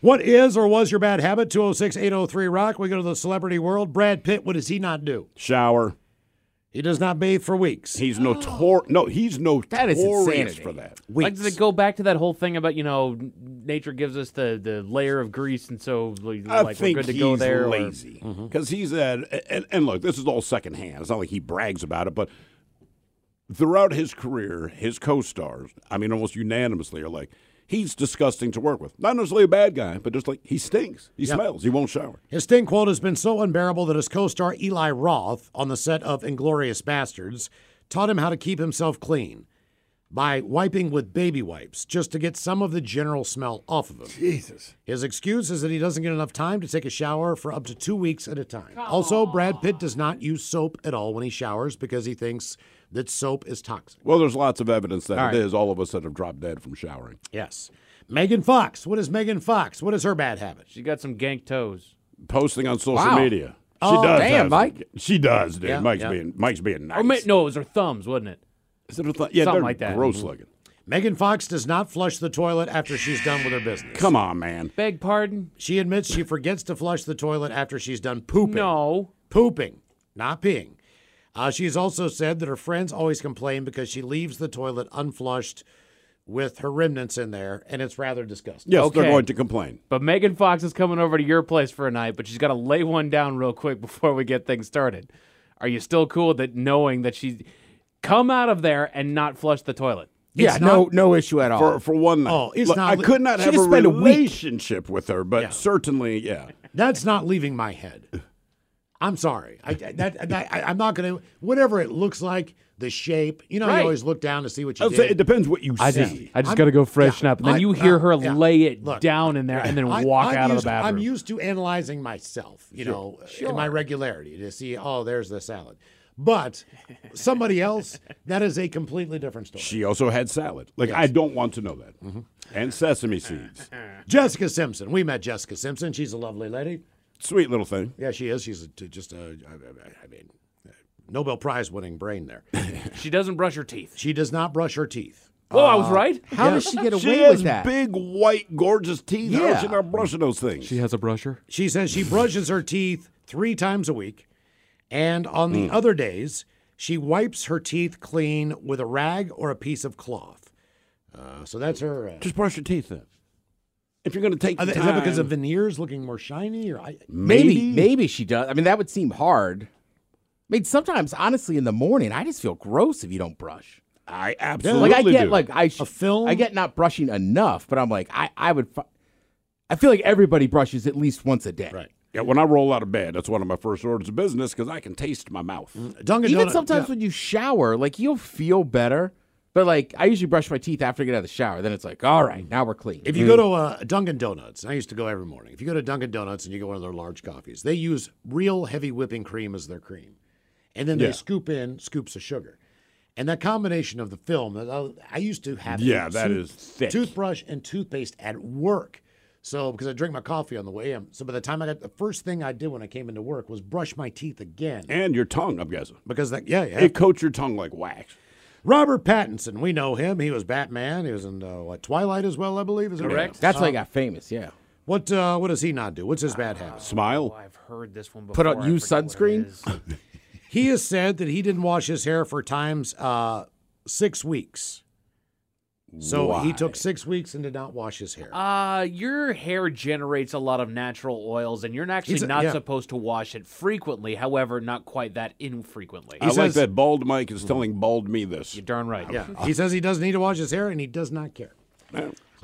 What is or was your bad habit? 206 803 Rock. We go to the celebrity world. Brad Pitt, what does he not do? Shower. He does not bathe for weeks. He's notor. No, he's notorious That is insanity. for that. Like, does it go back to that whole thing about you know n- nature gives us the, the layer of grease, and so like I we're think good to he's go there? or- Mm-hmm. lazy because he's at and, and look, this is all secondhand. It's not like he brags about it, but throughout his career, his co-stars, I mean, almost unanimously, are like he's disgusting to work with. Not necessarily a bad guy, but just like he stinks, he smells, he won't shower. His sting quote has been so unbearable that his co star Eli Roth on the set of Inglorious Bastards taught him how to keep himself clean by wiping with baby wipes just to get some of the general smell off of him. Jesus. His excuse is that he doesn't get enough time to take a shower for up to two weeks at a time. Also, Brad Pitt does not use soap at all when he showers because he thinks that soap is toxic. Well, there's lots of evidence that All right. it is all of us that have dropped dead from showering. Yes. Megan Fox. What is Megan Fox? What is her bad habit? She got some gank toes. Posting on social Wow. media. She Oh, does. damn, have- Mike. She does, dude. Yeah, Mike's yeah. being Mike's being nice. Or Oh, ma- no, it was her thumbs, wasn't it? Is it a th- yeah, something they're like that. Gross Mhm. looking. Megan Fox does not flush the toilet after she's done with her business. Come on, man. Beg pardon? She admits she forgets to flush the toilet after she's done pooping. No. Pooping, not peeing. Uh, she's also said that her friends always complain because she leaves the toilet unflushed with her remnants in there, and it's rather disgusting. Yes, they're Okay. going to complain. But Megan Fox is coming over to your place for a night, but she's got to lay one down real quick before we get things started. Are you still cool that knowing that she's come out of there and not flush the toilet? Yeah, Yeah, no, no issue at all. for for one night. Oh, it's Look, not I li- could not she have a just spent a week. relationship with her, but certainly, yeah. That's not leaving my head. I'm sorry. I, I- that, that, I, I'm not going to, whatever it looks like, the shape, you know, you Right. Oh, always look down to see what you I'd did. say it depends what you see. I just I'm- got to go freshen yeah, up, and then I- you hear her uh, yeah. lay it Look, down in there, and then I- walk I'm out of used- the bathroom. I'm used to analyzing myself, you know, in my regularity to see, oh, there's the salad. But somebody else, that is a completely different story. She also had salad. Like I don't want to know that. And sesame seeds. Jessica Simpson. We met Jessica Simpson. She's a lovely lady. Sweet little thing. Yeah, she is. She's a, just a, I- I I mean, uh, Nobel Prize winning brain there. she doesn't brush her teeth. she does not brush her teeth. Oh, I was right. Uh, How does she get away She with has that? big, white, gorgeous teeth. How is Yeah. she not brushing those things? has a brusher. She says she brushes her teeth three times a week, and on the other days, she wipes her teeth clean with a rag or a piece of cloth. Uh, so that's her. Uh, just brush your teeth then. If you're going to take Are the they- is that because time- of veneers looking more shiny? Or I, Maybe, maybe she does. I mean, that would seem hard. I mean, sometimes, honestly, in the morning, I just feel gross if you don't brush. I Like absolutely I get, do. like I sh- A film? I get not brushing enough, but I'm like, I, I would. Fu- I feel like everybody brushes at least once a day. right. yeah, when I roll out of bed, that's one of my first orders of business because I can taste my mouth. Dunkin' Even Donut- sometimes yeah. when you shower, like you'll feel better. But like, I usually brush my teeth after I get out of the shower. Then it's like, all right, now we're clean. If you Hmm. go to uh, Dunkin' Donuts, and I used to go every morning. If you go to Dunkin' Donuts and you get one of their large coffees, they use real heavy whipping cream as their cream, and then they Yeah. scoop in scoops of sugar, and that combination of the film. uh, I, I used to have Yeah, a that is thick. toothbrush and toothpaste at work. So because I drink my coffee on the way in, so by the time I got the first thing I did when I came into work was brush my teeth again And your tongue, I'm guessing. because that yeah yeah It coats your tongue like wax. Robert Pattinson we know him he was Batman he was in uh, what, Twilight as well I believe is that right? Correct. That's how I got famous. Yeah. What uh, what does he not do? What's his bad habit? Smile. I've heard this one before. Put on- I use forget what it sunscreen? is. He has said that he didn't wash his hair for times uh, six weeks. So Why? he took six weeks and did not wash his hair. Uh, your hair generates a lot of natural oils, and you're actually It's a- not yeah. supposed to wash it frequently. However, not quite that infrequently. I like says- that bald Mike Mm-hmm. is telling bald me this. You're darn right. yeah. He says he doesn't need to wash his hair and he does not care.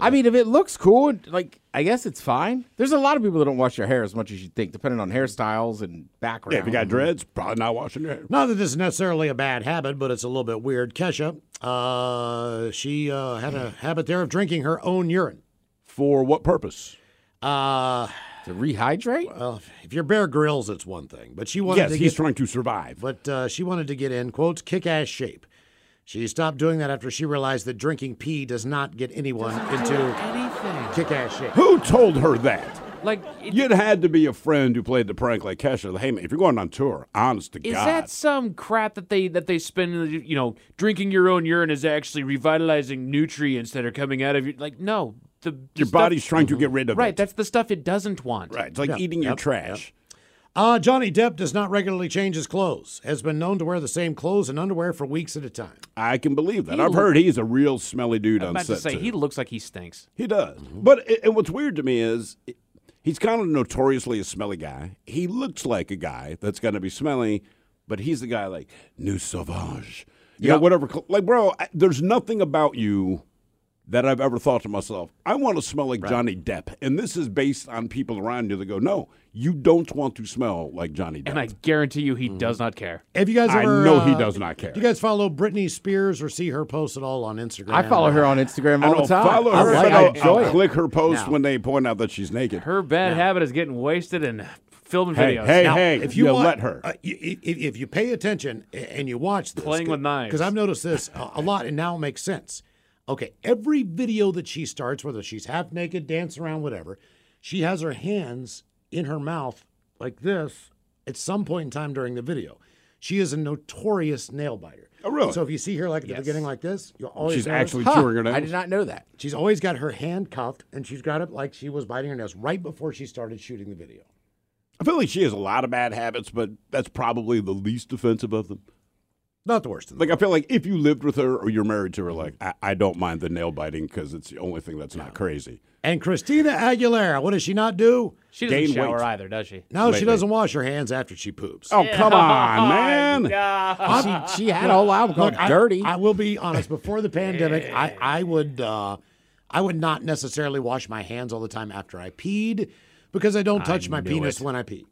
I mean, if it looks cool, and, like I guess it's fine. There's a lot of people that don't wash their hair as much as you think, depending on hairstyles and background. Yeah, if you got dreads, probably not washing your hair. Not that this is necessarily a bad habit, but it's a little bit weird. Kesha, uh, she uh, had a habit there of drinking her own urine. For what purpose? Uh, to rehydrate, well, if you're Bear Grylls, it's one thing, but she wanted yes, to he's get, trying to survive. but uh, she wanted to get in quotes kick-ass shape. She stopped doing that after she realized that drinking pee does not get anyone into Anything kick-ass shape. Who told her that? like it- You'd had to be a friend who played the prank like Kesha. Hey, man, if you're going on tour, honest to is God. that some crap that they that they spend? You know, drinking your own urine is actually revitalizing nutrients that are coming out of you. Like, no, the your stuff- Mm-hmm. body's trying to get rid of right. it. That's the stuff it doesn't want. right. It's like eating your trash. Uh, Johnny Depp does not regularly change his clothes, has been known to wear the same clothes and underwear for weeks at a time. I can believe that. He I've lo- heard he's a real smelly dude I'm on about set. to say too. he looks like he stinks. He does. But and what's weird to me is it- he's kind of notoriously a smelly guy. He looks like a guy that's going to be smelly, but he's the guy like new sauvage. You know, whatever. cl- Like, bro, I, there's nothing about you that I've ever thought to myself. I want to smell like Johnny Depp, and this is based on people around you that go, "No, you don't want to smell like Johnny Depp." And I guarantee you, he does not care. Have you guys I ever? know he uh, does not care. Do you guys follow Britney Spears or see her posts at all on Instagram? I follow her on Instagram I all don't the time. follow her, I, like, but I I'll- enjoy I'll it. click her post when they point out that she's naked. Her bad habit is getting wasted in film and Hey, videos. hey, Now, hey! if you, want- let her, uh, y- y- if, if you pay attention a- and you watch this, Playing with knives. because I've noticed this a, a lot, and now it makes sense. Okay, every video that she starts, whether she's half naked, dancing around, whatever, she has her hands in her mouth like this at some point in time during the video. She is a notorious nail biter. Oh, really? So if you see her like at the beginning like this, you always she's notice- actually Huh, chewing her nails. I did not know that. She's always got her hand cuffed, and she's got it like she was biting her nails right before she started shooting the video. I feel like she has a lot of bad habits, but that's probably the least offensive of them. Not the worst of them. Like, I feel like if you lived with her or you're married to her, like, I, I don't mind the nail biting because it's the only thing that's not crazy. And Christina Aguilera, what does she not do? she doesn't gain shower weight. either, does she? No, she Lately. doesn't wash her hands after she poops. Oh, come on, man. She, she had a whole album called I- Dirty. I, will be honest. Before the pandemic, I, I would uh, I would not necessarily wash my hands all the time after I peed because I don't touch my penis when I pee.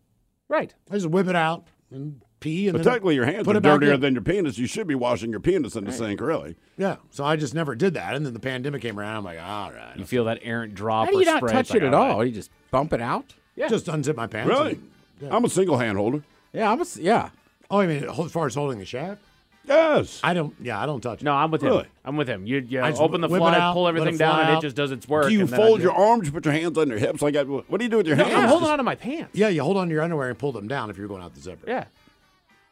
Right. I just whip it out and pee. And But then technically, your hands put are it back dirtier in. than your penis. You should be washing your penis in the sink, really. yeah. So I just never did that. And then the pandemic came around. I'm like, all right, You feel that errant drop How do or you not spray. touch It's like, it at all right. all? You just bump it out. Yeah. just unzip my pants. Really? and- I'm a single hand holder. Yeah, I'm a, s- yeah. oh, I mean, as far as holding the shaft, Yes. I don't. Yeah, I don't touch. it. No, I'm with him. Really? I'm with him. You, you I just open the whip it fly, out, pull let it everything fly down, and out. it just doesn't work. do you and then I fold do- your arms, put your hands on your hips? Like, I, what do you do with your hands? I'm holding on to my pants. Yeah, you hold on to your underwear and pull them down if you're going out the zipper. Yeah.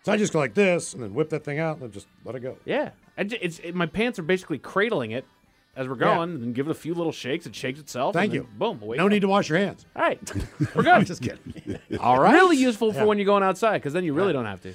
So I just go like this and then whip that thing out and then just let it go. Yeah. I ju- it's, it- my pants are basically cradling it as we're Yeah. going, and give it a few little shakes. It shakes itself. Thank and you. then Boom. away No you go. need to wash your hands. All right. We're good. Just kidding. All right. Really useful for when you're going outside because then you really don't have to.